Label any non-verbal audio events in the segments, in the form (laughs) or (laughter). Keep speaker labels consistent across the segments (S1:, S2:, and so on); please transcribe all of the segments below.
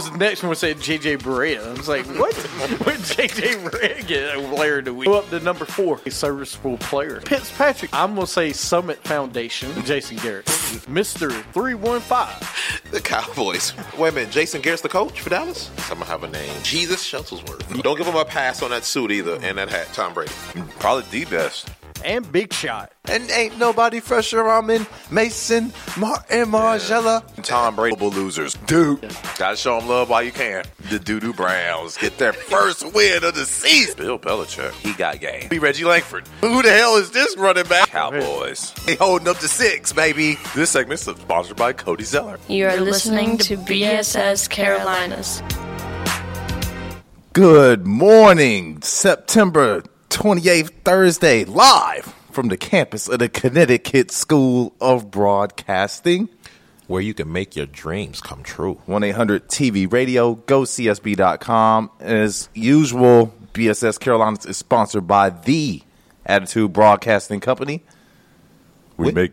S1: The next one said JJ Barea. I was like, (laughs) what? what JJ Barea get over layer do we go up to number four? A serviceable player. Fitzpatrick. I'm gonna say Summit Foundation. Jason Garrett. Mr. 315.
S2: The Cowboys. Wait a minute, Jason Garrett's the coach for Dallas? I'm gonna have a name. Jesus
S3: (laughs)
S2: Shuttlesworth. Don't give him a pass on that suit either and that hat, Tom Brady.
S3: Probably the best.
S1: And Big Shot.
S4: And ain't nobody fresher than Mason, Martin, Margella.
S3: Tom Brady, Global losers.
S4: Dude,
S3: Gotta show them love while you can. The doo doo Browns get their first win of the season. Bill Belichick, he got game. Be Reggie Langford. Who the hell is this running back? Cowboys.
S4: they holding up to six, baby.
S3: This segment is sponsored by Cody Zeller.
S5: You're listening to BSS Carolinas.
S4: Good morning, September 28th, Thursday, live from the campus of the Connecticut School of Broadcasting.
S2: Where you can make your dreams come true.
S4: 1 800 TV radio, gocsb.com. As usual, BSS Carolinas is sponsored by the Attitude Broadcasting Company. We
S2: Wait.
S4: make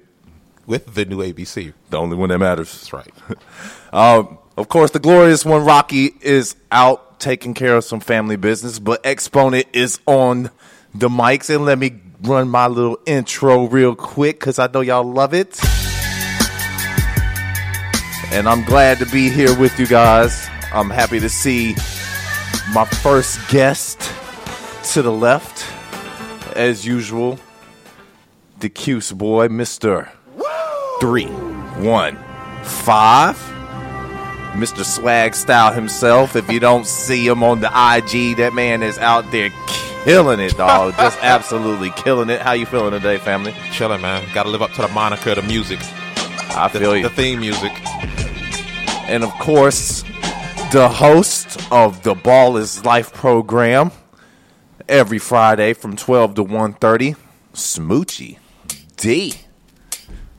S2: With the new ABC.
S4: the only one that matters.
S2: That's right.
S4: (laughs) Um, of course, the glorious one, Rocky, is out taking care of some family business, but Exponent is on the mics. And let me run my little intro real quick because I know y'all love it. And I'm glad to be here with you guys. I'm happy to see my first guest to the left, as usual, the Cuse boy, Mr. Three, one, five. Mr. Swag Style himself. If you don't see him on the IG, that man is out there killing it, dog. (laughs) Just absolutely killing it. How you feeling today, family?
S2: Chilling, man. Gotta live up to the moniker, the music,
S4: I
S2: the,
S4: feel you.
S2: the theme music.
S4: and of course, the host of the Ball is Life program every Friday from 12 to 1.30, Smoochie D.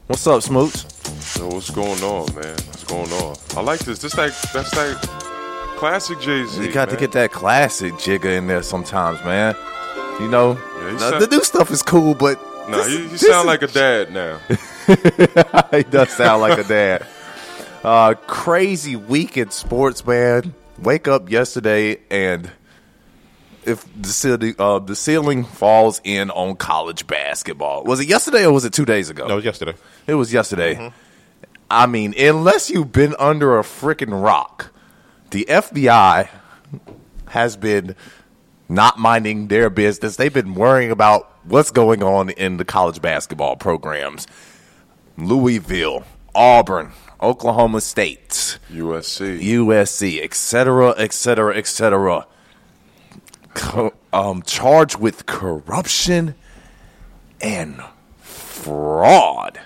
S4: What's up, Smooch?
S6: Yo, what's going on, man? What's going on? I like this. This like that's like classic Jay Z.
S4: You got to get that classic jigga in there sometimes, man. You know,
S6: he
S4: now,
S6: sound-
S4: the new stuff is cool, but
S6: Nah,
S4: this-
S6: you, you
S4: this
S6: sound
S4: is-
S6: like a dad now.
S4: he does sound like a
S6: (laughs)
S4: dad. Uh, crazy week in sports, man. Wake up yesterday, and if the ceiling, uh, the ceiling falls in on college basketball. Was it yesterday or was it two days ago?
S2: That was yesterday.
S4: It was yesterday. I mean, unless you've been under a freaking rock, the FBI has been not minding their business. They've been worrying about what's going on in the college basketball programs. Louisville, Auburn, Oklahoma State,
S6: USC.
S4: USC, et cetera, et cetera, et cetera. Co- um, charged with corruption and fraud.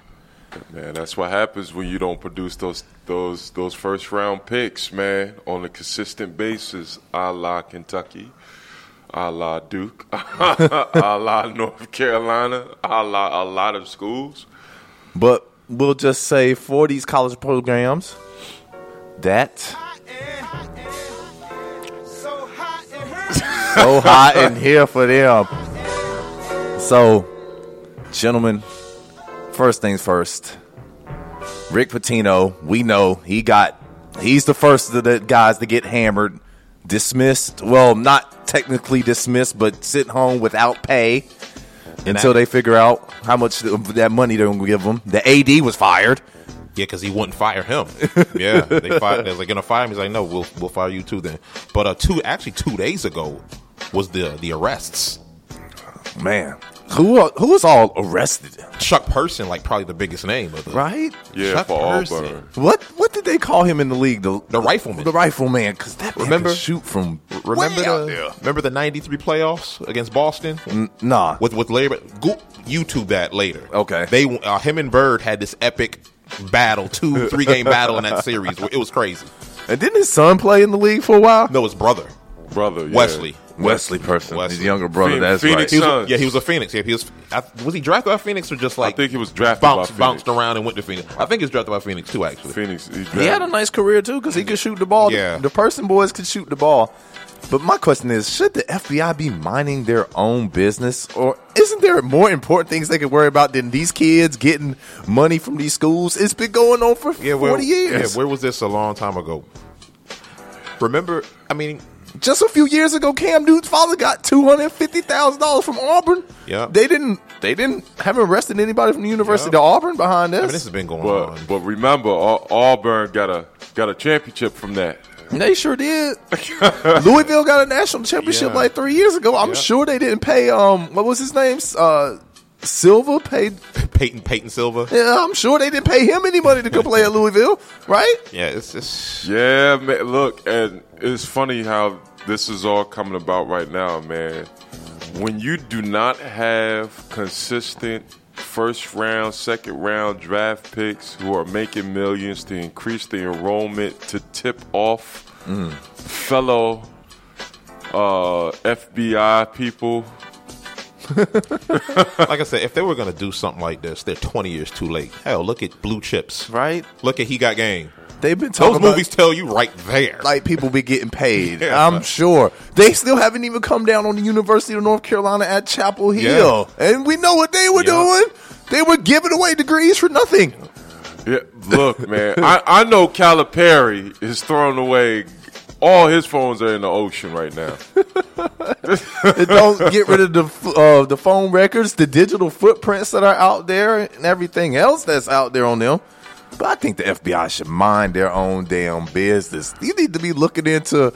S6: Man, that's what happens when you don't produce those those those first round picks, man, on a consistent basis, a la Kentucky, a la Duke, (laughs) a la North Carolina, a la a lot of schools.
S4: But we'll just say for these college programs, that so hot in here for them. So, gentlemen, first things first. Rick Patino, we know he got he's the first of the guys to get hammered, dismissed. Well, not technically dismissed, but sit home without pay until they figure out how much th- that money they're gonna give them. The AD was fired.
S2: Yeah, because he wouldn't fire
S4: (laughs)
S2: him. yeah, they fired. They're like, gonna fire him. He's like, no, we'll we'll fire you too then. But uh, two actually two days ago was the the arrests.
S4: Man, who uh, who was all arrested?
S2: Chuck Person, like probably the biggest name of the
S4: Right?
S6: Yeah,
S2: Chuck
S6: for
S2: Person.
S6: Auburn.
S4: What what did they call him in the league? The
S2: The rifleman.
S4: The rifleman, because that man
S2: Remember-
S4: could shoot from
S2: Remember
S4: way out
S2: the remember the '93 playoffs against Boston
S4: there. Nah,
S2: with with Larry. Go, YouTube that later.
S4: Okay.
S2: they uh, him and Bird had this epic battle, two
S6: (laughs)
S2: three game battle in that series. It was crazy.
S4: and didn't his son play in the league for a while?
S2: No, his brother
S6: Brother yeah.
S2: Wesley.
S4: Wesley Person, his
S2: Wesley.
S4: younger brother. that's
S6: Phoenix- Phoenix-
S2: He
S4: right.
S2: was a,
S6: Suns.
S2: yeah, he was a Phoenix. Yeah, he was. I, was he drafted by Phoenix or just like?
S6: think he was drafted by
S2: Bounced,
S6: Phoenix.
S2: bounced around and went to Phoenix. I think he was drafted by Phoenix too. Actually,
S6: Phoenix. He,
S4: He had a nice career too, because he could shoot the ball. The-
S2: Yeah.
S4: The, Person boys could shoot the ball. But my question is, should the FBI be minding their own business, or isn't there more important things they could worry about than these kids getting money from these schools? It's been going on for
S2: where,
S4: forty years.
S2: Yeah, where was this a long time ago? Remember, I mean,
S4: Just a few years ago, Cam Newton's father got two hundred fifty thousand dollars from Auburn.
S2: Yeah.
S4: they didn't. They didn't haven't arrested anybody from the University
S2: Yeah.
S4: of Auburn behind
S2: I
S4: this.
S2: mean, this has been going
S6: But
S2: on.
S6: but remember, Au- Auburn got a got a championship from that.
S4: They
S2: (laughs)
S4: sure did. Louisville got a national championship
S2: Yeah.
S4: like three years ago. I'm
S2: Yeah.
S4: sure they didn't pay. Um, what was his name? Uh, Silva paid.
S2: Peyton Peyton Silva.
S4: Yeah, (laughs) I'm sure they didn't pay him any money to go play at Louisville, right?
S2: Yeah, it's just
S6: Yeah, man. Look, and it's funny how this is all coming about right now, man. When you do not have consistent first round, second round draft picks who are making millions to increase the enrollment to tip off fellow uh, FBI people,
S2: like I said. If they were gonna do something like this, they're twenty years too late. Hell, look at Blue Chips.
S4: Right?
S2: Look at He Got Game.
S4: They've been
S2: Those
S4: talking
S2: movies tell you right there.
S4: about like people be getting
S2: (laughs)
S4: paid.
S2: Yeah.
S4: I'm sure they still haven't even come down on the University of North Carolina at Chapel Hill, and we know what they were
S2: Yeah.
S4: doing. They were giving away degrees for nothing.
S6: Yeah, look, man. I, I know Calipari is throwing away all his phones are in the ocean right now.
S4: It don't get rid of the f- uh, the phone records, the digital footprints that are out there, and everything else that's out there on them. But I think the FBI should mind their own damn business. You need to be looking into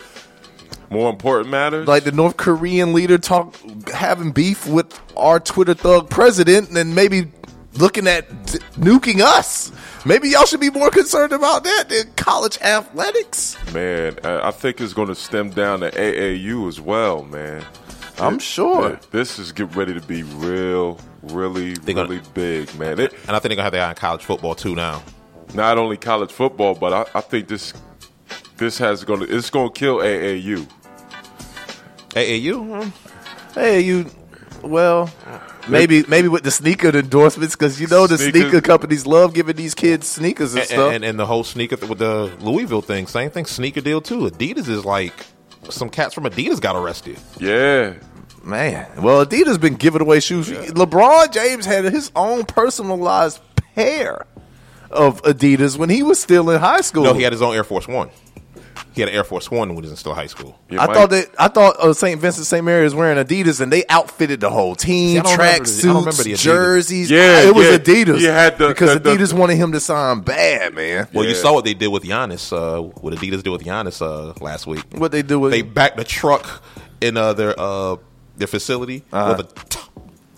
S6: More important matters.
S4: like the North Korean leader talk having beef with our Twitter thug president, and then maybe looking at d- nuking us. Maybe y'all should be more concerned about that than college athletics.
S6: man, I, I think it's going to stem down to AAU as well, man.
S4: I'm sure.
S6: This is get ready to be real, really,
S2: gonna-
S6: really big, man. It,
S2: and I think they're gonna have that in college football too now.
S6: not only college football, but I, I think this this has going to it's going to kill AAU.
S2: AAU. hmm.
S4: Hey, you. Well, maybe maybe with the sneaker endorsements because you know the
S6: Sneaker-
S4: sneaker companies love giving these kids sneakers and,
S2: and,
S4: stuff.
S2: and, and the whole sneaker th- with the Louisville thing, same thing, sneaker deal too. Adidas is like some cats from Adidas got arrested.
S6: Yeah,
S4: Man, well, Adidas been giving away shoes. LeBron James had his own personalized pair of Adidas when he was still in high school.
S2: No, he had his own Air Force One. He had an Air Force One when he was in still high school.
S6: You
S4: I
S6: might-
S4: thought that I thought uh, St. Vincent St. Mary was wearing Adidas, and they outfitted the whole
S2: See,
S4: team,
S2: I don't remember
S4: track
S2: the- I don't remember the
S4: suits,
S2: Adidas.
S4: jerseys.
S6: Yeah,
S4: it was
S6: yeah.
S4: Adidas.
S6: He had the-
S4: because
S6: the- the-
S4: Adidas wanted him to sign bad, man.
S2: Well, you
S6: Yeah.
S2: saw what they did with Giannis. Uh, what Adidas did with Giannis uh, last week.
S4: What they do with
S2: They backed the truck in uh, their uh, their facility
S4: Uh-huh.
S2: with a t-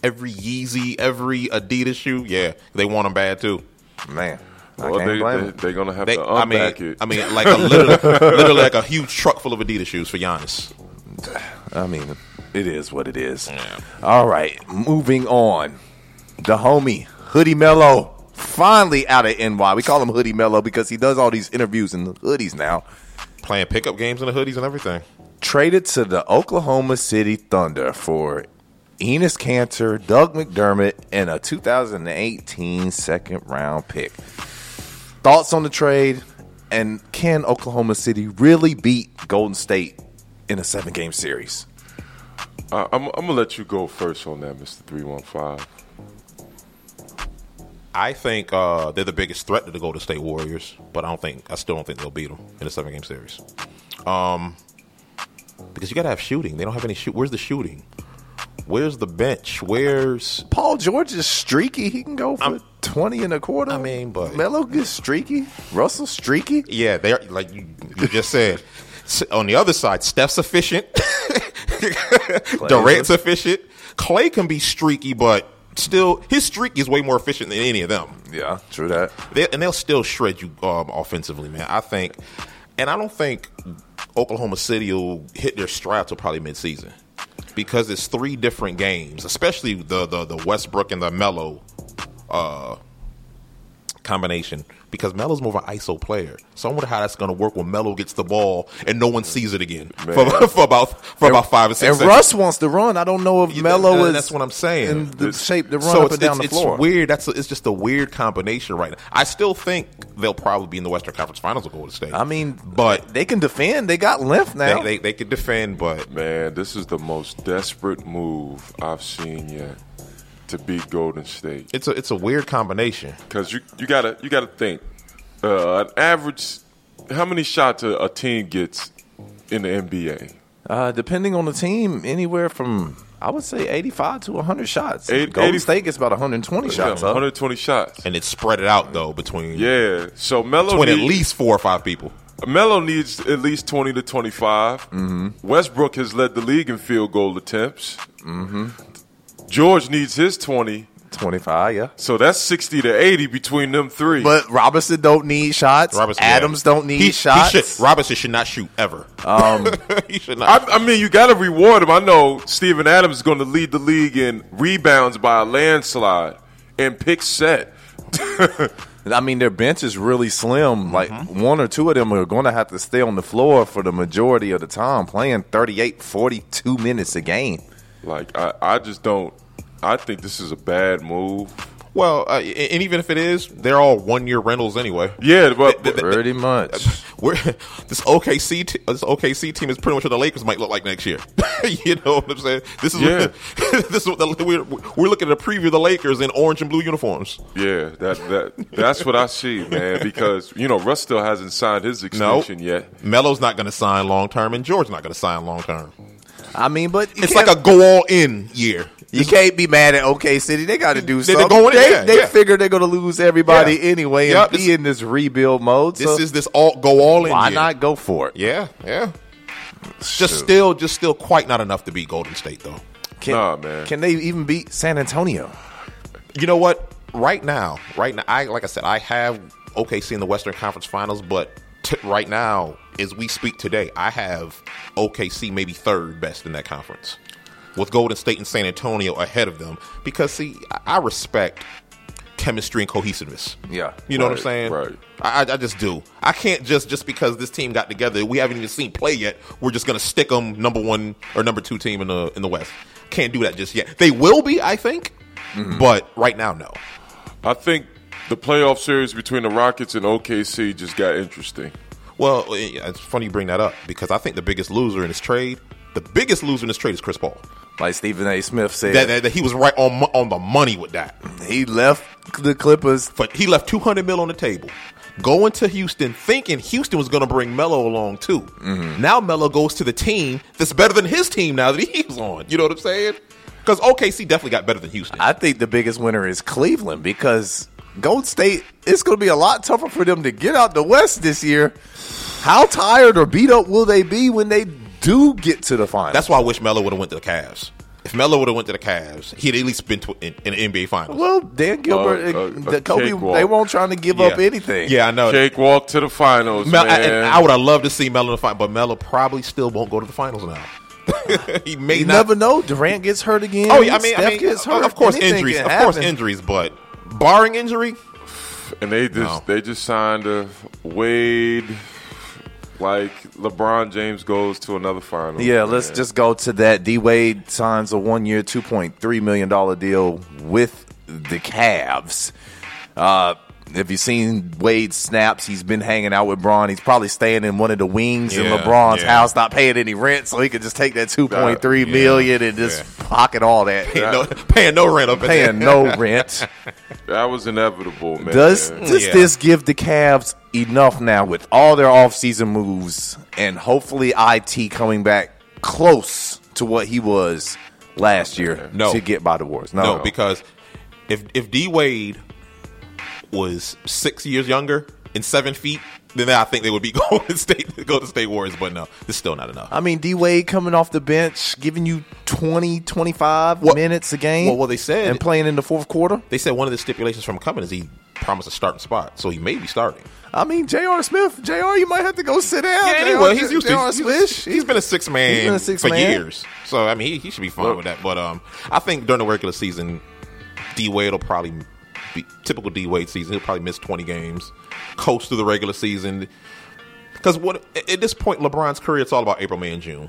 S2: every Yeezy, every Adidas shoe. Yeah, they want them bad too.
S4: Man,
S6: well,
S4: I can't
S6: they,
S4: blame
S6: they,
S4: him.
S6: they're going to have
S2: They,
S6: to
S2: I mean,
S6: Uh, unpack it.
S2: I mean, like a literally,
S6: (laughs)
S2: literally like a huge truck full of Adidas shoes for Giannis.
S4: I mean, it is what it is. All right, moving on. The homie Hoodie Mello finally out of NY. We call him Hoodie Mello because he does all these interviews in hoodies now.
S2: Playing pickup games in the hoodies and everything.
S4: Traded to the Oklahoma City Thunder for Enos Cantor, Doug McDermott, and a 2018 second round pick. Thoughts on the trade? And can Oklahoma City really beat Golden State in a seven game series?
S6: I, I'm, I'm gonna let you go first on that, Mister Three One Five.
S2: I think uh, they're the biggest threat to the Golden State Warriors, but I don't think I still don't think they'll beat them in a seven game series. Um, because you got to have shooting. They don't have any shoot. Where's the shooting? Where's the bench? Where's
S4: Paul George is streaky. He can go for
S2: I'm-
S4: twenty and a quarter.
S2: I mean, but-
S4: Melo gets streaky. Russell streaky.
S2: yeah? They're like you, you just said. S- On the other side, Steph's efficient. (laughs) Durant's efficient. Clay can be streaky, but still his streak is way more efficient than any of them.
S4: Yeah, true that.
S2: they, and they'll still shred you um, offensively, man. I think, and I don't think Oklahoma City will hit their stride till probably midseason because it's three different games, especially the the, the Westbrook and the Mello uh, combination because Melo's more of an ISO player. So I wonder how that's going to work when Melo gets the ball and no one sees it again for,
S6: Man.
S2: about- (laughs) for about for about five or six.
S4: And
S2: seconds.
S4: Russ wants to run. I don't know if
S2: Yeah,
S4: Melo
S2: that-
S4: is
S2: that's what I'm saying.
S4: in the
S6: It's-
S4: shape to run
S2: so
S4: up
S2: it's,
S4: and down
S2: it's,
S4: the
S2: it's
S4: floor.
S2: weird. That's a, it's just a weird combination right now. I still think they'll probably be in the Western Conference Finals or Golden State.
S4: I mean,
S2: but
S4: they can defend. They got length
S2: they,
S4: now.
S2: they they could defend, but
S6: Man, this is the most desperate move I've seen yet to beat Golden State.
S2: it's a it's a weird combination.
S6: Because you, you gotta you gotta think. Uh, an average, how many shots a, a team gets in the NBA?
S4: uh, depending on the team, anywhere from I would say 85 to 100 shots.
S6: Eight-
S4: Golden
S6: 80
S4: State gets about 120 shots.
S6: Yeah,
S4: Up.
S6: 120 shots.
S2: And it's spread it out though between
S6: Yeah. So Melo
S2: between at
S6: needs,
S2: least four or five people.
S6: Melo needs at least 20 to 25.
S2: Mm-hmm.
S6: Westbrook has led the league in field goal attempts.
S2: Mm-hmm.
S6: George needs his 20.
S4: 25, yeah.
S6: So that's 60 to 80 between them three.
S4: But Robinson don't need shots.
S2: Robertson, yeah.
S4: Adams don't need
S2: He- he
S4: shots. Um,
S2: should- Robertson should not shoot ever. (laughs) he should not.
S6: I, I mean, you got to reward him. I know Steven Adams is going to lead the league in rebounds by a landslide and pick set.
S4: I mean, their bench is really
S2: Mm-hmm.
S4: slim. Like one or two of them are going to have to stay on the floor for the majority of the time, playing 38, 42 minutes a game.
S6: Like, I, I just don't. I think this is a bad move.
S2: well, uh, and and even if it is, they're all one year rentals anyway.
S6: Yeah, but, but
S4: Pretty much.
S2: We're, (laughs) this OKC t- this OKC team is pretty much what the Lakers might look like next year. (laughs) you know what I'm saying? This is
S6: Yeah.
S2: what, (laughs) this is what the, we're we're looking at a preview of the Lakers in orange and blue uniforms.
S6: yeah, that that that's what I see, man. Because you know, Russ still hasn't signed his
S2: No,
S6: extension yet.
S2: Melo's not going to sign long term, and George's not going to sign long term.
S4: (laughs) I mean, but you
S2: It's
S4: can't-
S2: like a go all in year.
S4: You can't be mad at OK City. They got to do
S2: They- they're
S4: something.
S2: going in,
S4: they
S2: yeah,
S4: they
S2: yeah.
S4: figure they're going to lose everybody
S2: Yeah.
S4: anyway
S2: Yup,
S4: and
S2: this-
S4: be in this rebuild mode.
S2: This
S4: so
S2: is this all go all in.
S4: why
S2: year.
S4: not go for it?
S2: Yeah, yeah. Just still, just still, quite not enough to beat Golden State though.
S4: Can,
S6: Nah, man.
S4: can they even beat San Antonio?
S2: you know what? Right now, right now, I like I said, I have OKC in the Western Conference Finals, but t- right now, as we speak today, I have OKC maybe third best in that conference, with Golden State and San Antonio ahead of them. Because see, I I respect chemistry and cohesiveness.
S4: Yeah.
S2: you know what I'm
S6: Right,
S2: saying.
S6: right.
S2: I, I I just do. I can't just just because this team got together, we haven't even seen play yet. We're just gonna stick them number one or number two team in the in the West. Can't do that just yet. They will be, I think, but right now, no.
S6: I think the playoff series between the Rockets and OKC just got interesting.
S2: Well, eh, it's funny you bring that up because I think the biggest loser in this trade, the biggest loser in this trade is Chris Paul.
S4: Like Stephen A. Smith said,
S2: That, that, that he was right on mo- on the money with that.
S4: he left the Clippers.
S2: But he left 200 mil on the table. Going to Houston thinking Houston was going to bring Melo along too.
S4: Mm-hmm.
S2: Now Melo goes to the team that's better than his team now that he's on. You know what I'm saying? Because OKC definitely got better than Houston.
S4: I think the biggest winner is Cleveland because Gold State, it's going to be a lot tougher for them to get out the West this year. How tired or beat up will they be when they do get to the finals?
S2: that's why I wish Melo would have went to the Cavs. If Melo would have went to the Cavs, he'd at least been to, in, in the NBA Finals.
S4: Well, Dan Gilbert,
S6: Uh,
S4: and
S6: uh,
S4: the
S6: a
S4: Kobe,
S6: cakewalk.
S4: they won't trying to give up anything.
S2: Yeah, I know.
S6: Cakewalk to the finals,
S2: Mel, I,
S6: man.
S2: and I would have loved to see Melo in the final, but Melo probably still won't go to the finals now. (laughs) he may
S4: you
S2: not.
S4: never know. Durant gets hurt again.
S2: oh, yeah. I mean,
S4: Steph
S2: I mean,
S4: gets hurt.
S2: of course,
S4: Anything
S2: injuries.
S4: can
S2: Of course,
S4: happen.
S2: injuries. But barring injury,
S6: And they just they just signed a Wade. Like LeBron James goes to another final.
S4: Yeah, let's just go to that. D Wade signs a one year, two point three million dollar deal with the Cavs. Uh, if you've seen Wade snaps, he's been hanging out with Braun. He's probably staying in one of the wings in
S2: Yeah,
S4: LeBron's
S2: yeah. Uh,
S4: house, not paying any rent, so he could just take that two point three
S2: yeah,
S4: million and just pocket all that,
S2: paying no, (laughs) paying no rent up in there.
S4: paying
S2: (laughs)
S4: no rent.
S6: that was inevitable, man.
S4: Does does
S2: Yeah.
S4: this give the Cavs enough now with all their offseason moves and hopefully IT coming back close to what he was last year
S2: No.
S4: to get by the Wars? No,
S2: No, because if if D Wade was six years younger and seven feet, then I think they would be (laughs) going to state go to state Warriors. But no, it's still not enough.
S4: I mean, D Wade coming off the bench, giving you 20, 25
S2: What-
S4: minutes a game.
S2: well, what they said-
S4: And playing in the fourth quarter.
S2: They said one of the stipulations from coming is he promised a starting spot, so he may be starting.
S4: I mean, J.R. Smith, J.R., you might have to go sit down.
S2: Yeah,
S4: J.R.
S2: anyway, he's used to
S4: J.R.
S2: he's,
S4: Smith.
S2: he's- he's been a six man
S4: he's been a six
S2: for
S4: man.
S2: years. So I mean, he, he should be fine with that. But um, I think during the regular season, D Wade will probably be typical D Wade season. He'll probably miss 20 games, coast through the regular season. Because what at this point, LeBron's career, it's all about April, May, and June.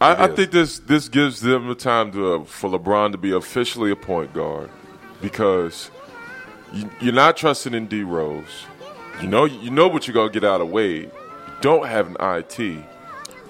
S6: I, I
S2: is.
S6: think this this gives them the time to, uh, for LeBron to be officially a point guard because you, you're not trusting in D Rose. You know you know what you're gonna get out of Wade. You don't have an IT.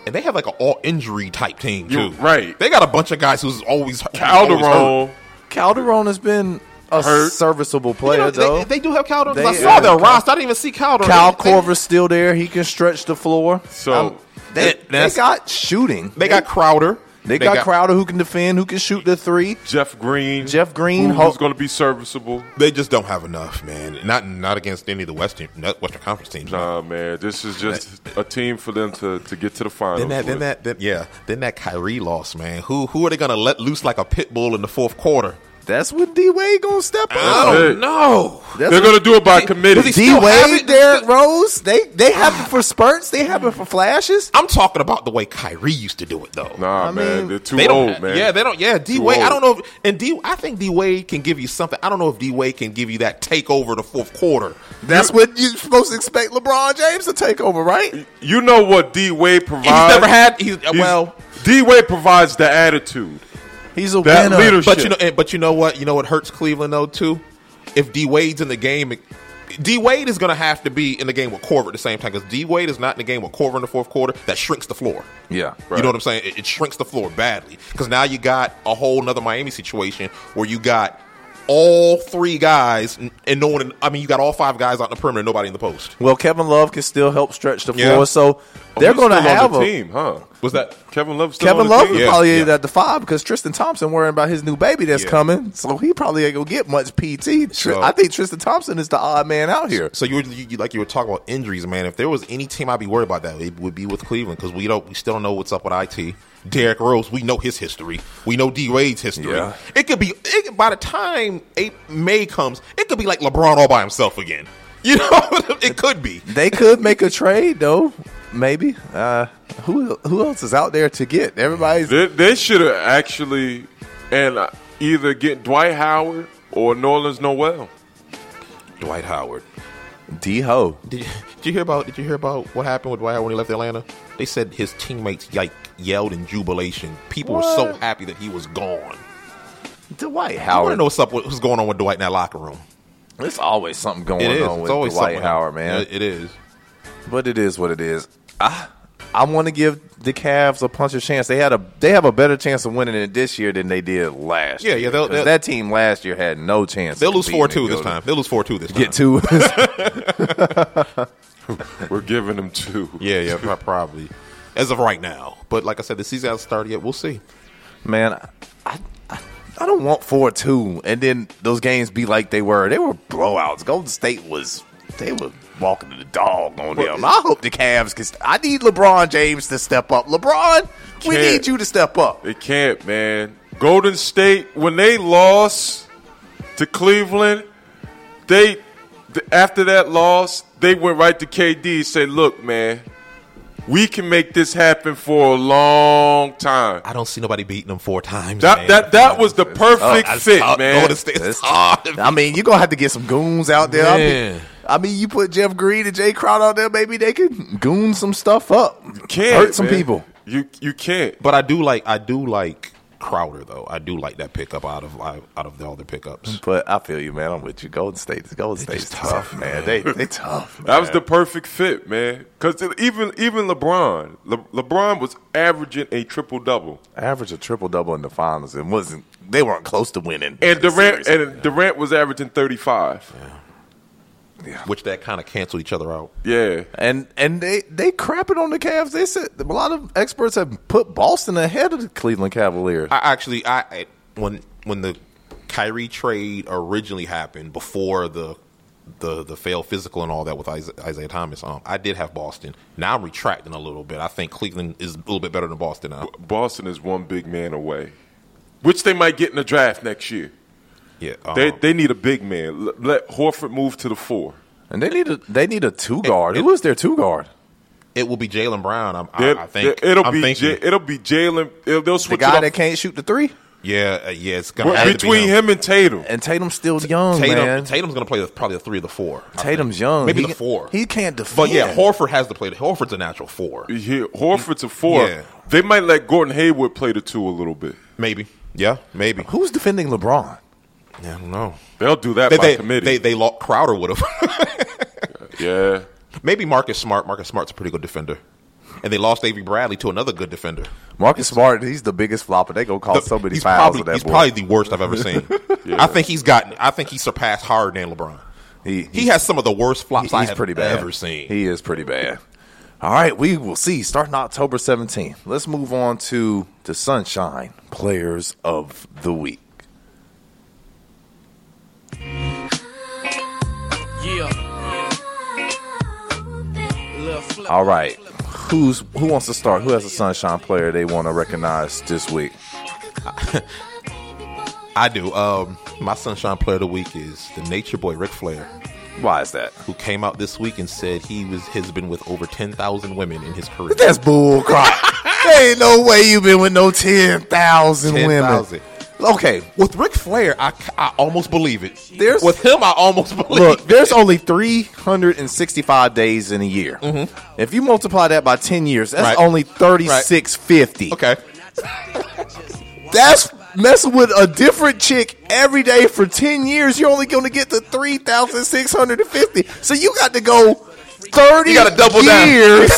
S2: And they have like an all injury type team, too.
S6: You're right.
S2: They got a bunch of guys who's always who's always hurt.
S6: Calderon.
S4: Calderon has been a
S6: Hurt.
S4: serviceable
S2: You
S4: player,
S2: know,
S4: though.
S2: they, they do have Calderon. 'cause I
S4: They-
S2: saw their
S4: uh,
S2: roster. I didn't even see Calderon.
S4: Kyle
S2: They- they-
S4: Korver's still there. He can stretch the floor.
S6: So
S4: They,
S2: That-
S4: they
S2: that's-
S4: got shooting.
S2: They got Crowder.
S4: They, got, Crowder who can defend, who can shoot the three.
S6: Jeff Green.
S4: Jeff Green,
S6: who-
S4: Ho-
S6: who's gonna be serviceable?
S2: They just don't have enough, man. Not not against any of the Western not Western Conference teams.
S6: Nah, man, this is just a team for them to, to get to the finals.
S2: Then that, then
S6: with.
S2: that, then, yeah. Then that Kyrie loss, man. Who who are they gonna let loose like a pit bull in the fourth quarter?
S4: That's what D Wade gonna step
S2: I
S4: up.
S6: Oh,
S2: don't know.
S4: That's
S6: They're
S4: what-
S6: gonna do it by committee.
S2: With
S4: D
S2: still have
S4: Wade,
S2: it.
S4: Derrick Rose, they they have it for spurts. They have it for flashes.
S2: I'm talking about the way Kyrie used to do it, though.
S6: Nah,
S4: I
S6: man,
S4: mean,
S6: they're too
S2: they don't,
S6: old, man.
S2: Yeah, they don't. Yeah, D
S6: Too
S2: Wade. I don't
S6: old.
S2: know. If, and D, I think D Wade can give you something. I don't know if D Wade can give you that takeover the fourth quarter.
S4: That's what you're supposed to expect LeBron James to take over, right?
S6: You know what D Wade provides?
S2: He's never had. He's, well,
S6: D Wade provides the attitude.
S4: He's a
S6: That
S4: winner.
S6: leadership-
S2: but you know, and- but you know what? You know what hurts Cleveland though too. If D Wade's in the game, it- D Wade is going to have to be in the game with Corver at the same time because D Wade is not in the game with Corver in the fourth quarter. That shrinks the floor.
S4: Yeah.
S2: You know what I'm saying? It, it shrinks the floor badly because now you got a whole nother Miami situation where you got all three guys n- and no one. in- I mean, you got all five guys out in the perimeter, nobody in the post.
S4: Well, Kevin Love can still help stretch the
S2: Yeah.
S4: floor, so they're
S6: He's
S4: going to
S6: still on
S4: have
S6: the
S4: a
S6: team, huh?
S2: Was that-
S6: Kevin Love? Still
S4: Kevin
S6: on the
S4: Love
S6: team?
S4: is
S2: Yeah,
S4: probably
S2: yeah.
S4: at the five because Tristan Thompson worrying about his new baby that's
S2: Yeah.
S4: coming, so he probably ain't gonna get much PT. Tr-
S2: So-
S4: I think Tristan Thompson is the odd man out here.
S2: So you, were, you you- like you were talking about injuries, man. If there was any team I'd be worried about that, it would be with Cleveland because we don't we still don't know what's up with it. Derrick Rose, we know his history. We know D Wade's history.
S6: Yeah.
S2: It could be it, by the time eight, May comes, it could be like LeBron all by himself again. (laughs) You know, it could be.
S4: They could make a trade though, maybe. Uh, who who else is out there to get? Everybody's
S6: They, they should have actually, and uh, either get Dwight Howard or Norland's Noel.
S2: Dwight Howard.
S4: D Ho.
S2: Did you, did you hear about? Did you hear about what happened with Dwight Howard when he left Atlanta? They said his teammates like yelled in jubilation. People were so
S4: What?
S2: happy that he was gone.
S4: Dwight
S2: I want to
S4: Howard.
S2: know what's up. with- What's going on with Dwight in that locker room?
S4: It's always something going
S2: It is.
S4: on with Dwight
S2: something.
S4: Howard, man.
S2: It- it is.
S4: but it is what it is. I I want to give the Cavs a punch of chance. They had a they have a better chance of winning it this year than they did last.
S2: Yeah,
S4: year.
S2: yeah, they'll-
S4: 'Cause
S2: they'll-
S4: that team last year had no chance.
S2: They'll
S4: of
S2: lose
S4: competing
S2: four two
S4: and
S2: this
S4: go to-
S2: time. They'll lose four two this time.
S4: Get
S2: (laughs)
S4: two.
S6: We're giving him two.
S2: Yeah,
S4: (laughs)
S2: yeah, prob- probably. As of right now, but like I said, the season hasn't started yet. We'll see.
S4: man, I, I, I don't want four two, and then those games be like they were. They were blowouts. Golden State was they were walking to the dog on them. I hope the Cavs can. St- I need LeBron James to step up. LeBron, we
S6: Can't.
S4: need you to step up.
S6: They can't, man. Golden State when they lost to Cleveland, they th- after that loss they went right to KD and said, "Look, man, we can make this happen for a long time."
S2: I don't see nobody beating them four times.
S6: That
S2: man.
S6: that that was the perfect
S2: I-
S6: fit,
S2: I-
S6: man.
S2: Golden State- it's hard.
S4: I mean, you're gonna have to get some goons out there. I mean,
S2: Man.
S4: I mean, you put Jeff Green and Jay Crowder out there, maybe they could goon some stuff up,
S6: Can't,
S4: hurt some
S6: man.
S4: people.
S6: You you can't.
S2: But I do like I do like Crowder though. I do like that pickup out of out of the other pickups.
S4: But I feel you, man. I'm with you. Golden State, Golden State's tough, man. They they (laughs) tough.
S6: That was the perfect fit, man. Because even even LeBron, Le- LeBron was averaging a triple double,
S4: averaged a triple double in the finals and wasn't they weren't close to winning.
S6: and
S4: the
S6: Durant
S4: series.
S6: and Durant was averaging thirty five.
S2: Which that kind of canceled each other out.
S6: Yeah.
S4: and and they they crapping on the Cavs. They said a lot of experts have put Boston ahead of the Cleveland Cavaliers.
S2: I actually I I- when when the Kyrie trade originally happened before the the the failed physical and all that with Isaiah, Isaiah Thomas. Um, I did have Boston. Now I'm retracting a little bit. I think Cleveland is a little bit better than Boston now.
S6: Boston is one big man away, which they might get in the draft next year.
S2: Yeah, um,
S6: They they need a big man. L- let Horford move to the four.
S4: and they need a they need a two guard.
S2: it-
S4: Who is their two guard?
S2: it will be Jalen Brown. I'm,
S6: They're-
S2: I, I think
S6: they're- it'll
S2: I'm
S6: be
S2: thinking.
S6: J- it'll be Jalen. They'll, they'll
S4: The
S6: switch it
S4: guy
S6: up.
S4: that can't shoot the three?
S2: Yeah, uh, yeah, it's gonna
S6: Well,
S2: have
S6: between
S2: to be
S6: him and Tatum.
S4: And Tatum's still young,
S2: Tatum,
S4: Oh, man.
S2: Tatum's gonna play the, probably the three or the four. I
S4: Tatum's
S2: think.
S4: young.
S2: maybe
S4: He
S2: the
S4: can-
S2: four.
S4: he can't defend.
S2: But yeah, Horford has to play. The, Horford's a natural four,
S6: Yeah, Horford's a four.
S2: Yeah.
S6: They might let Gordon Hayward play the two a little bit.
S2: maybe. Yeah, maybe.
S4: Who's defending LeBron?
S2: Yeah, I don't know.
S6: They'll do that
S2: They
S6: by
S2: they, they,
S6: committee.
S2: they lost Crowder would have.
S6: yeah.
S2: (laughs) maybe Marcus Smart. Marcus Smart's a pretty good defender, and they lost Avery Bradley to another good defender.
S4: Marcus Smart, he's the biggest flopper. They gonna call
S2: The-
S4: Oh, so many
S2: he's
S4: fouls
S2: probably
S4: on that
S2: he's
S4: boy.
S2: probably the worst I've
S4: (laughs)
S2: ever seen. I think he's gotten. I think he surpassed Harden and LeBron.
S4: He-
S2: he has some of the worst flops I
S4: he's
S2: have
S4: pretty bad.
S2: ever seen.
S4: He is pretty bad. All right, we will see. Starting October 17th. Let's move on to the Sunshine Players of the Week.
S7: Yeah.
S4: All right. Who's who wants to start? Who has a Sunshine player they want to recognize this week?
S2: I do. Um, my sunshine player of the week is the Nature Boy Ric Flair,
S4: Why is that?
S2: who came out this week and said he was has been with over ten thousand women in his career.
S4: That's bull crap.
S2: (laughs)
S4: there ain't no way you've been with no 10,000 women.
S2: 10,000.
S4: Okay.
S2: With Ric Flair, I, I almost believe it.
S4: There's-
S2: with him, I almost believe.
S4: Look,
S2: it. (laughs)
S4: there's only 365 days in a year. If you multiply that by 10 years, that's
S2: Mm-hmm. Right.
S4: only 3650.
S2: okay.
S4: That's messing with a different chick every day for 10 years. You're only going to get to 3,650. So you got to go 30
S2: You gotta double down.
S4: years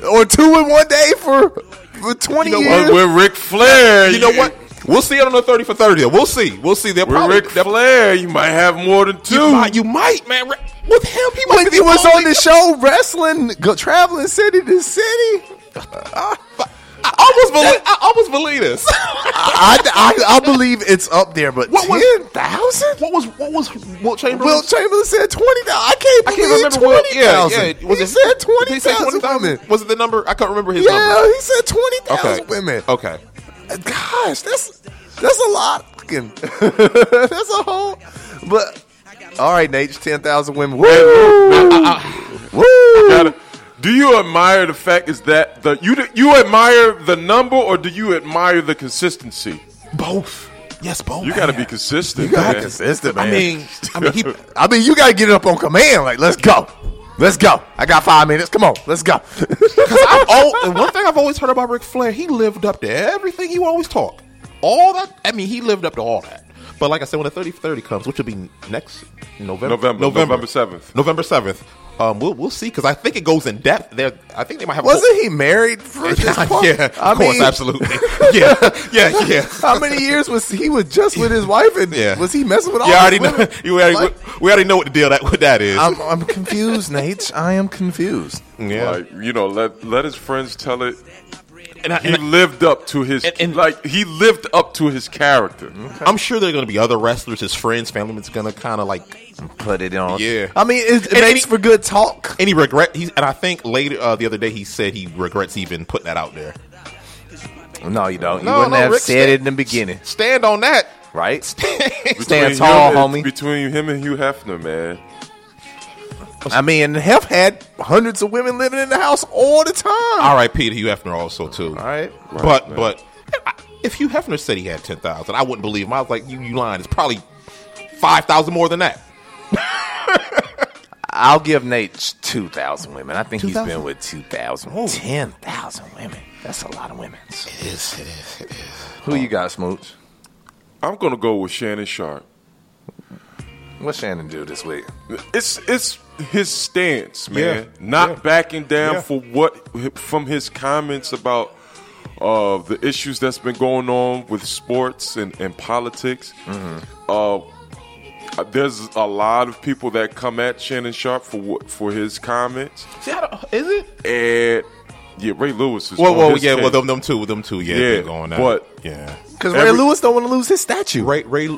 S2: (laughs)
S4: or two in one day for, for 20
S2: You know
S4: years.
S2: what?
S6: With Ric Flair.
S2: You know what? We'll see it on the thirty for thirty. We'll see. We'll see. They'll
S6: With
S2: probably
S6: Ric
S2: they'll-
S6: Flair, you might have more than two.
S2: You might, you might, man. Ric- With him, he might
S4: Hmm. when
S2: be
S4: he was on
S2: only- (laughs)
S4: the show wrestling, go, traveling city to city.
S2: (laughs) I almost believe. I almost believe this.
S4: (laughs) I, I, I believe it's up there, but
S2: What was-
S4: 10,000?
S2: what was what was Wilt Chamberlain?
S4: Will Chamberlain said 20,000. I can't
S2: I
S4: believe
S2: can't remember what.
S4: 20,000.
S2: Yeah, yeah.
S4: Was he said 20,000 women.
S2: Was it the number? I can't remember his
S4: Yeah,
S2: number.
S4: he said 20,000
S2: Okay.
S4: women.
S2: Okay.
S4: Gosh, that's that's a lot. Fucking- (laughs) that's a whole. But all right, Nate, 10,000 women. Woo! Woo!
S6: Gotta- do you admire the fact is that the you you admire the number or do you admire the consistency?
S2: Both. Yes, both.
S6: You got to be consistent.
S4: You got
S6: man.
S4: consistent, man.
S2: I mean, I mean, he,
S4: (laughs) I mean, you gotta get it up on command. Like, let's go, let's go. I got five minutes. Come on, let's go. (laughs)
S2: I've al- and one thing I've always heard about Ric Flair, he lived up to everything he always talk. All that. I mean, he lived up to all that. But like I said, when the thirty for thirty comes, which will be next November,
S6: November, November 7th.
S2: November seventh. Um, we'll we'll see because I think it goes in depth. There, I think they might have. a whole-
S4: Wasn't he
S2: (laughs)
S4: married for this part?
S2: yeah, of
S4: I
S2: course,
S4: mean,
S2: absolutely.
S4: (laughs)
S2: Yeah, yeah, yeah.
S4: How many years was he was just with his wife, and
S2: Yeah.
S4: was he messing with all?
S2: You
S4: these
S2: already know.
S4: women?
S2: (laughs) You already,
S4: Like,
S2: we already know what the deal that what that is.
S4: I'm, I'm confused, Nate. I am confused.
S2: yeah.
S6: Like, you know, let let his friends tell it.
S2: and I,
S6: He lived up to his
S2: And- and-
S6: like he lived up to his character.
S2: am sure there are going to be other wrestlers, his friends, family members, going to kind of like,
S4: Put it on.
S2: Yeah.
S4: I mean, it, it
S2: And
S4: makes
S2: any-
S4: for good talk.
S2: and he regret. He, and I think later uh, the other day he said he regrets even putting that out there.
S4: No, you don't. You
S2: No,
S4: wouldn't
S2: no,
S4: have
S2: Rick
S4: said
S2: said-
S4: it in the beginning,
S2: Stand on that.
S4: right? (laughs)
S6: Between
S4: Stand
S6: him
S4: tall,
S6: and-
S4: homie.
S6: Between him and Hugh Hefner, man.
S4: I (laughs) mean, Hef had hundreds of women living in the house all the time.
S2: R.I.P. to Hugh Hefner also too.
S4: All right.
S2: but but I, if Hugh Hefner said he had ten thousand, I wouldn't believe him. I was like, you you lying? It's probably five thousand more than that.
S4: I'll give Nate 2,000 women. I think he's
S2: 2,000?
S4: been with 2,000. 10,000 women. That's a lot of women.
S2: It is. It is. It is.
S4: Who you got, Smooch?
S6: I'm going to go with Shannon Sharp.
S4: What Shannon do this week?
S6: It's it's his stance, man.
S2: Yeah.
S6: Not
S2: Yeah.
S6: backing down
S2: Yeah.
S6: for what from his comments about uh, the issues that's been going on with sports and, and politics.
S2: Mm-hmm.
S6: Uh, there's a lot of people that come at Shannon Sharp for what, for his comments,
S2: See, I don't, is it?
S6: and yeah, Ray Lewis is.
S2: Well,
S6: on
S2: well,
S6: his
S2: yeah,
S6: case.
S2: well, them, them two, them two, yeah,
S6: Yeah,
S2: they're going out.
S6: but-
S2: yeah,
S4: Because Ray
S6: Every-
S4: Lewis don't want to lose his statue.
S2: Ray, Ray,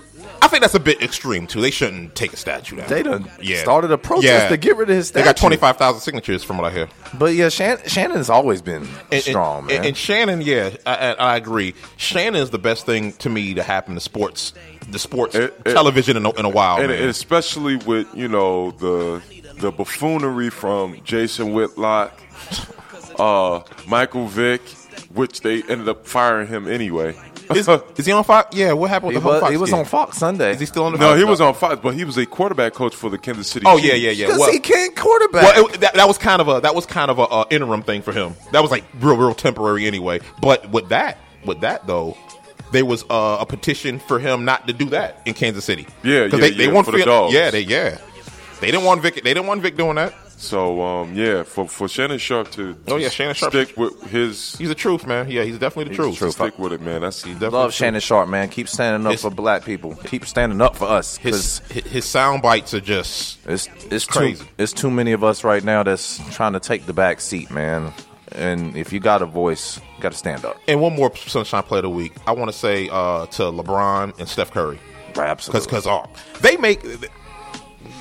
S2: I think that's a bit extreme too. They shouldn't take a statue down.
S4: They done started a protest to get rid of his
S2: They got
S4: statue.
S2: twenty five thousand signatures from what I hear.
S4: But yeah, Shan- Shannon's always been
S2: And,
S4: strong,
S2: and,
S4: man.
S2: And, and Shannon, yeah, I, I, I agree. Shannon is the best thing to me to happen to sports, the sports
S6: It- it-
S2: television in a, in a while.
S6: and,
S2: man.
S6: and especially with you know the the buffoonery from Jason Whitlock, uh, Michael Vick, which they ended up firing him anyway. (laughs)
S2: Is, is he on Fox? Yeah, what happened with
S4: He
S2: the whole
S4: was,
S2: Fox?
S4: he was
S2: game?
S4: on Fox Sunday.
S2: Is he still on the
S6: No,
S2: Fox?
S6: he
S2: (laughs)
S6: was on Fox, but he was a quarterback coach for the Kansas City.
S2: Oh
S6: Chiefs.
S2: yeah, yeah, yeah.
S4: Because
S2: Well,
S4: he can't quarterback.
S2: well, it, that, that was kind of a that was kind of a uh, interim thing for him. That was like real, real temporary anyway. But with that, with that though, there was uh, a petition for him not to do that in Kansas City.
S6: Yeah,
S2: 'Cause
S6: yeah,
S2: they, they
S6: yeah,
S2: want
S6: for the dogs.
S2: Yeah, they yeah. They didn't want Vic. They didn't want Vic doing that.
S6: So um, yeah, for for Shannon Sharp to
S2: Oh, yeah, Shannon Sharp.
S6: stick with his
S2: He's the truth, man. Yeah, he's definitely the
S6: to
S2: truth.
S6: stick with it, man. That's
S2: He's definitely
S4: Love
S2: the
S4: Shannon Sharp, man. Keep standing up
S2: His-
S4: for black people. Keep standing up for us.
S2: truth.
S4: 'cause
S2: His hi- his sound bites are just
S4: It's it's
S2: crazy.
S4: Too, it's too many of us right now that's trying to take the back seat, man. And if you got a voice, you got to stand up.
S2: And one more sunshine play of the week. I want to say uh, to LeBron and Steph Curry because
S4: Absolutely.
S2: because oh, they make the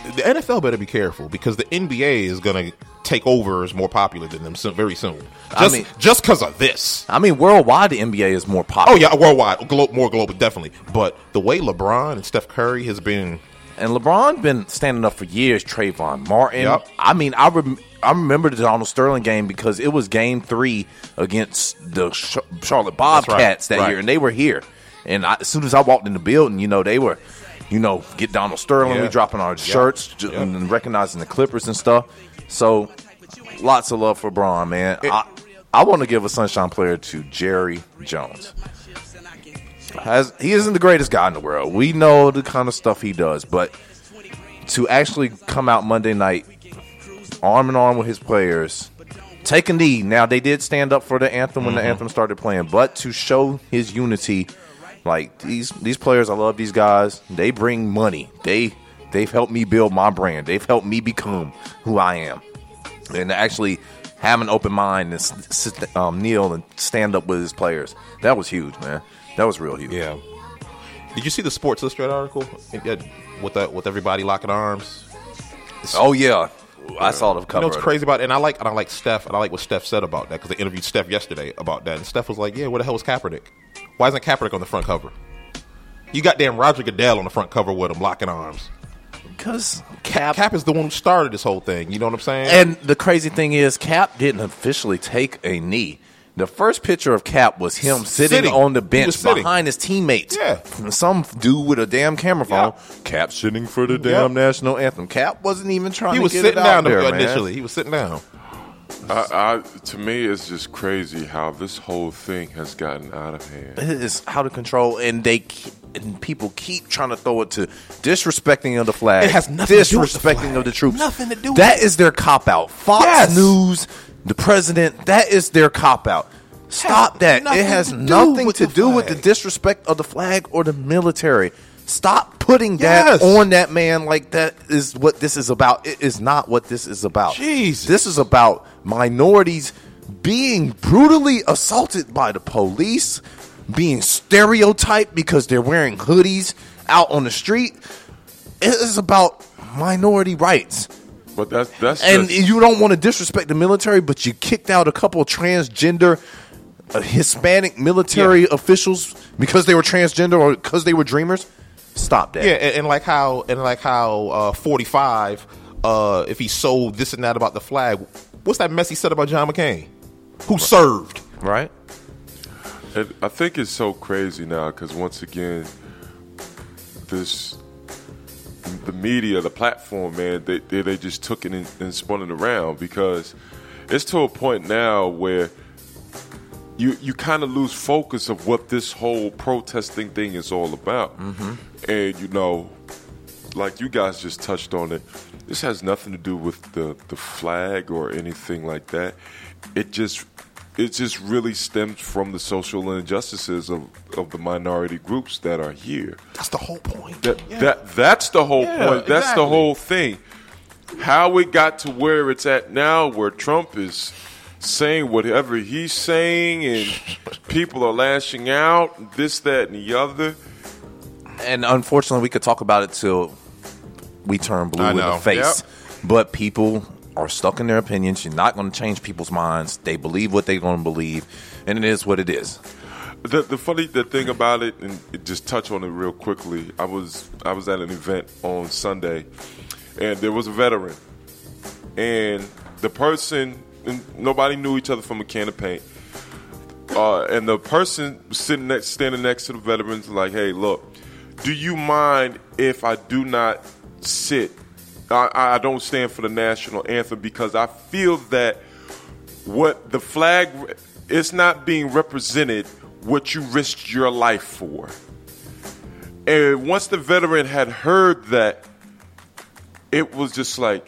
S2: NFL better be careful because the NBA is gonna take over is more popular than them so- very soon. Just
S4: I mean-
S2: just because of this.
S4: I mean, worldwide, the NBA is more
S2: Oh
S4: popular.
S2: yeah, worldwide, glo- more global, definitely. But the way LeBron and Steph Curry has been,
S4: And LeBron been standing up for years. Trayvon Martin.
S2: Yep.
S4: I mean, I rem- I remember the Donald Sterling game because it was Game Three against the Sh- Charlotte Bobcats that
S2: right.
S4: year, and they were here. And I, as soon as I walked in the building, you know, they were, you know, get Donald Sterling.
S2: Yeah.
S4: We dropping our shirts ju-
S2: Yeah.
S4: and recognizing the Clippers and stuff. So, lots of love for Braun, man. I, I want to give a sunshine player to Jerry Jones. Has, he isn't the greatest guy in the world. We know the kind of stuff he does, but to actually come out Monday night, arm in arm with his players, take a knee. Now they did stand up for the anthem when the
S2: Mm-hmm.
S4: anthem started playing, but to show his unity, like these these players, I love these guys. They bring money. They they've helped me build my brand. They've helped me become who I am, and to actually. Have an open mind and s- sit, um, kneel and stand up with his players. That was huge, man. That was real huge.
S2: yeah. Did you see the Sports Illustrated article Yeah, with that with everybody locking arms?
S4: Oh yeah, I saw the cover.
S2: You know
S4: of
S2: what's
S4: it.
S2: crazy about it? And I like and I like Steph and I like what Steph said about that because they interviewed Steph yesterday about that. And Steph was like, "Yeah, where the hell was Kaepernick? Why isn't Kaepernick on the front cover? You got damn Roger Goodell on the front cover with him locking arms.
S4: Because Cap,
S2: Cap is the one who started this whole thing. You know what I'm saying?
S4: and the crazy thing is, Cap didn't officially take a knee. The first picture of Cap was him sitting,
S2: Sitting.
S4: on the
S2: He
S4: bench
S2: was sitting.
S4: behind his teammates.
S2: Yeah.
S4: some dude with a damn camera phone.
S2: Yeah.
S4: Cap sitting for the damn national anthem. Cap wasn't even trying.
S2: he
S4: to
S2: was
S4: get
S2: sitting
S4: it
S2: down
S4: out there, man.
S2: initially. He was sitting down.
S6: I, I to me it's just crazy how this whole thing has gotten out of hand.
S4: It is out of control, and they ke- and people keep trying to throw it to disrespecting of the flag.
S2: It has nothing to do with the
S4: disrespecting
S2: flag.
S4: of the troops.
S2: Nothing to do with
S4: That is their cop out. Fox
S2: Yes.
S4: News, the president. That is their cop out. Stop that.
S2: nothing
S4: It has
S2: to do
S4: nothing
S2: with
S4: to
S2: the
S4: do with the
S2: flag.
S4: disrespect of the flag or the military. Stop putting that
S2: Yes.
S4: on that man like that is what this is about. It is not what this is about.
S2: Jesus.
S4: This is about minorities being brutally assaulted by the police, being stereotyped because they're wearing hoodies out on the street. It is about minority rights.
S6: But that's that's
S4: And
S6: just,
S4: you don't want to disrespect the military, but you kicked out a couple of transgender uh, Hispanic military officials because they were transgender or because they were dreamers. Stop that.
S2: Yeah, and, and like how and like how uh, 45. Uh, if he sold this and that about the flag, what's that mess he said about John McCain, who served?
S4: Right?
S6: it, I think it's so crazy now because once again, this the media, the platform, man, they they, they just took it and, and spun it around because it's to a point now where. You, you kind of lose focus of what this whole protesting thing is all about. And, you know, like you guys just touched on it. This has nothing to do with the, the flag or anything like that. It just it just really stems from the social injustices of, of the minority groups that are here.
S2: That's the whole point.
S6: That that that's the whole
S2: Yeah,
S6: point. That's
S2: exactly.
S6: the whole thing. How it got to where it's at now, where Trump is saying whatever he's
S2: (laughs)
S6: saying, and people are lashing out, this, that, and the other.
S4: and unfortunately, we could talk about it till we turn blue
S2: I
S4: in the
S2: know.
S4: face. But people are stuck in their opinions. You're not going to change people's minds. They believe what they're going to believe, and it is what it is.
S6: The, the funny the thing about it, and it- just touch on it real quickly. I was I was at an event on Sunday, and there was a veteran, and the person and nobody knew each other from a can of paint. uh, and the person sitting next, standing next to the veterans, like, hey, look, do you mind if I do not sit? I, I don't stand for the national anthem because I feel that what the flag it's not being represented what you risked your life for and once the veteran had heard that it was just like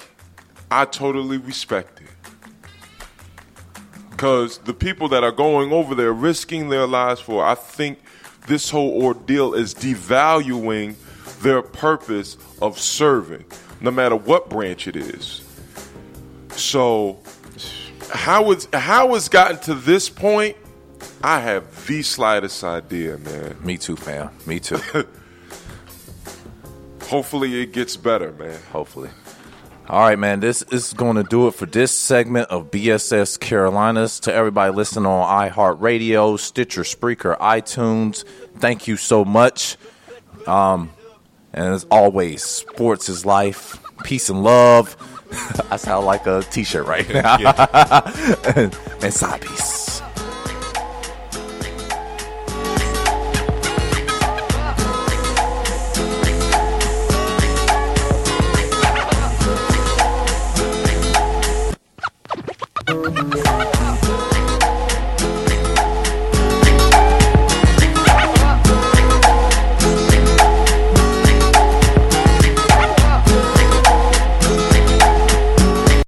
S6: i totally respect it because the people that are going over there risking their lives for i think this whole ordeal is devaluing their purpose of serving no matter what branch it is so how it's how it's gotten to this point, I have the slightest idea, man.
S4: Me too, fam. Me too.
S6: Hopefully it gets better, man.
S4: Hopefully. All right, man. This is going to do it for this segment of BSS Carolinas. To everybody listening on iHeartRadio, Stitcher, Spreaker, iTunes, thank you so much. Um, and as always, sports is life. Peace and (laughs) love. I sound like a t-shirt right now. (laughs) and side piece.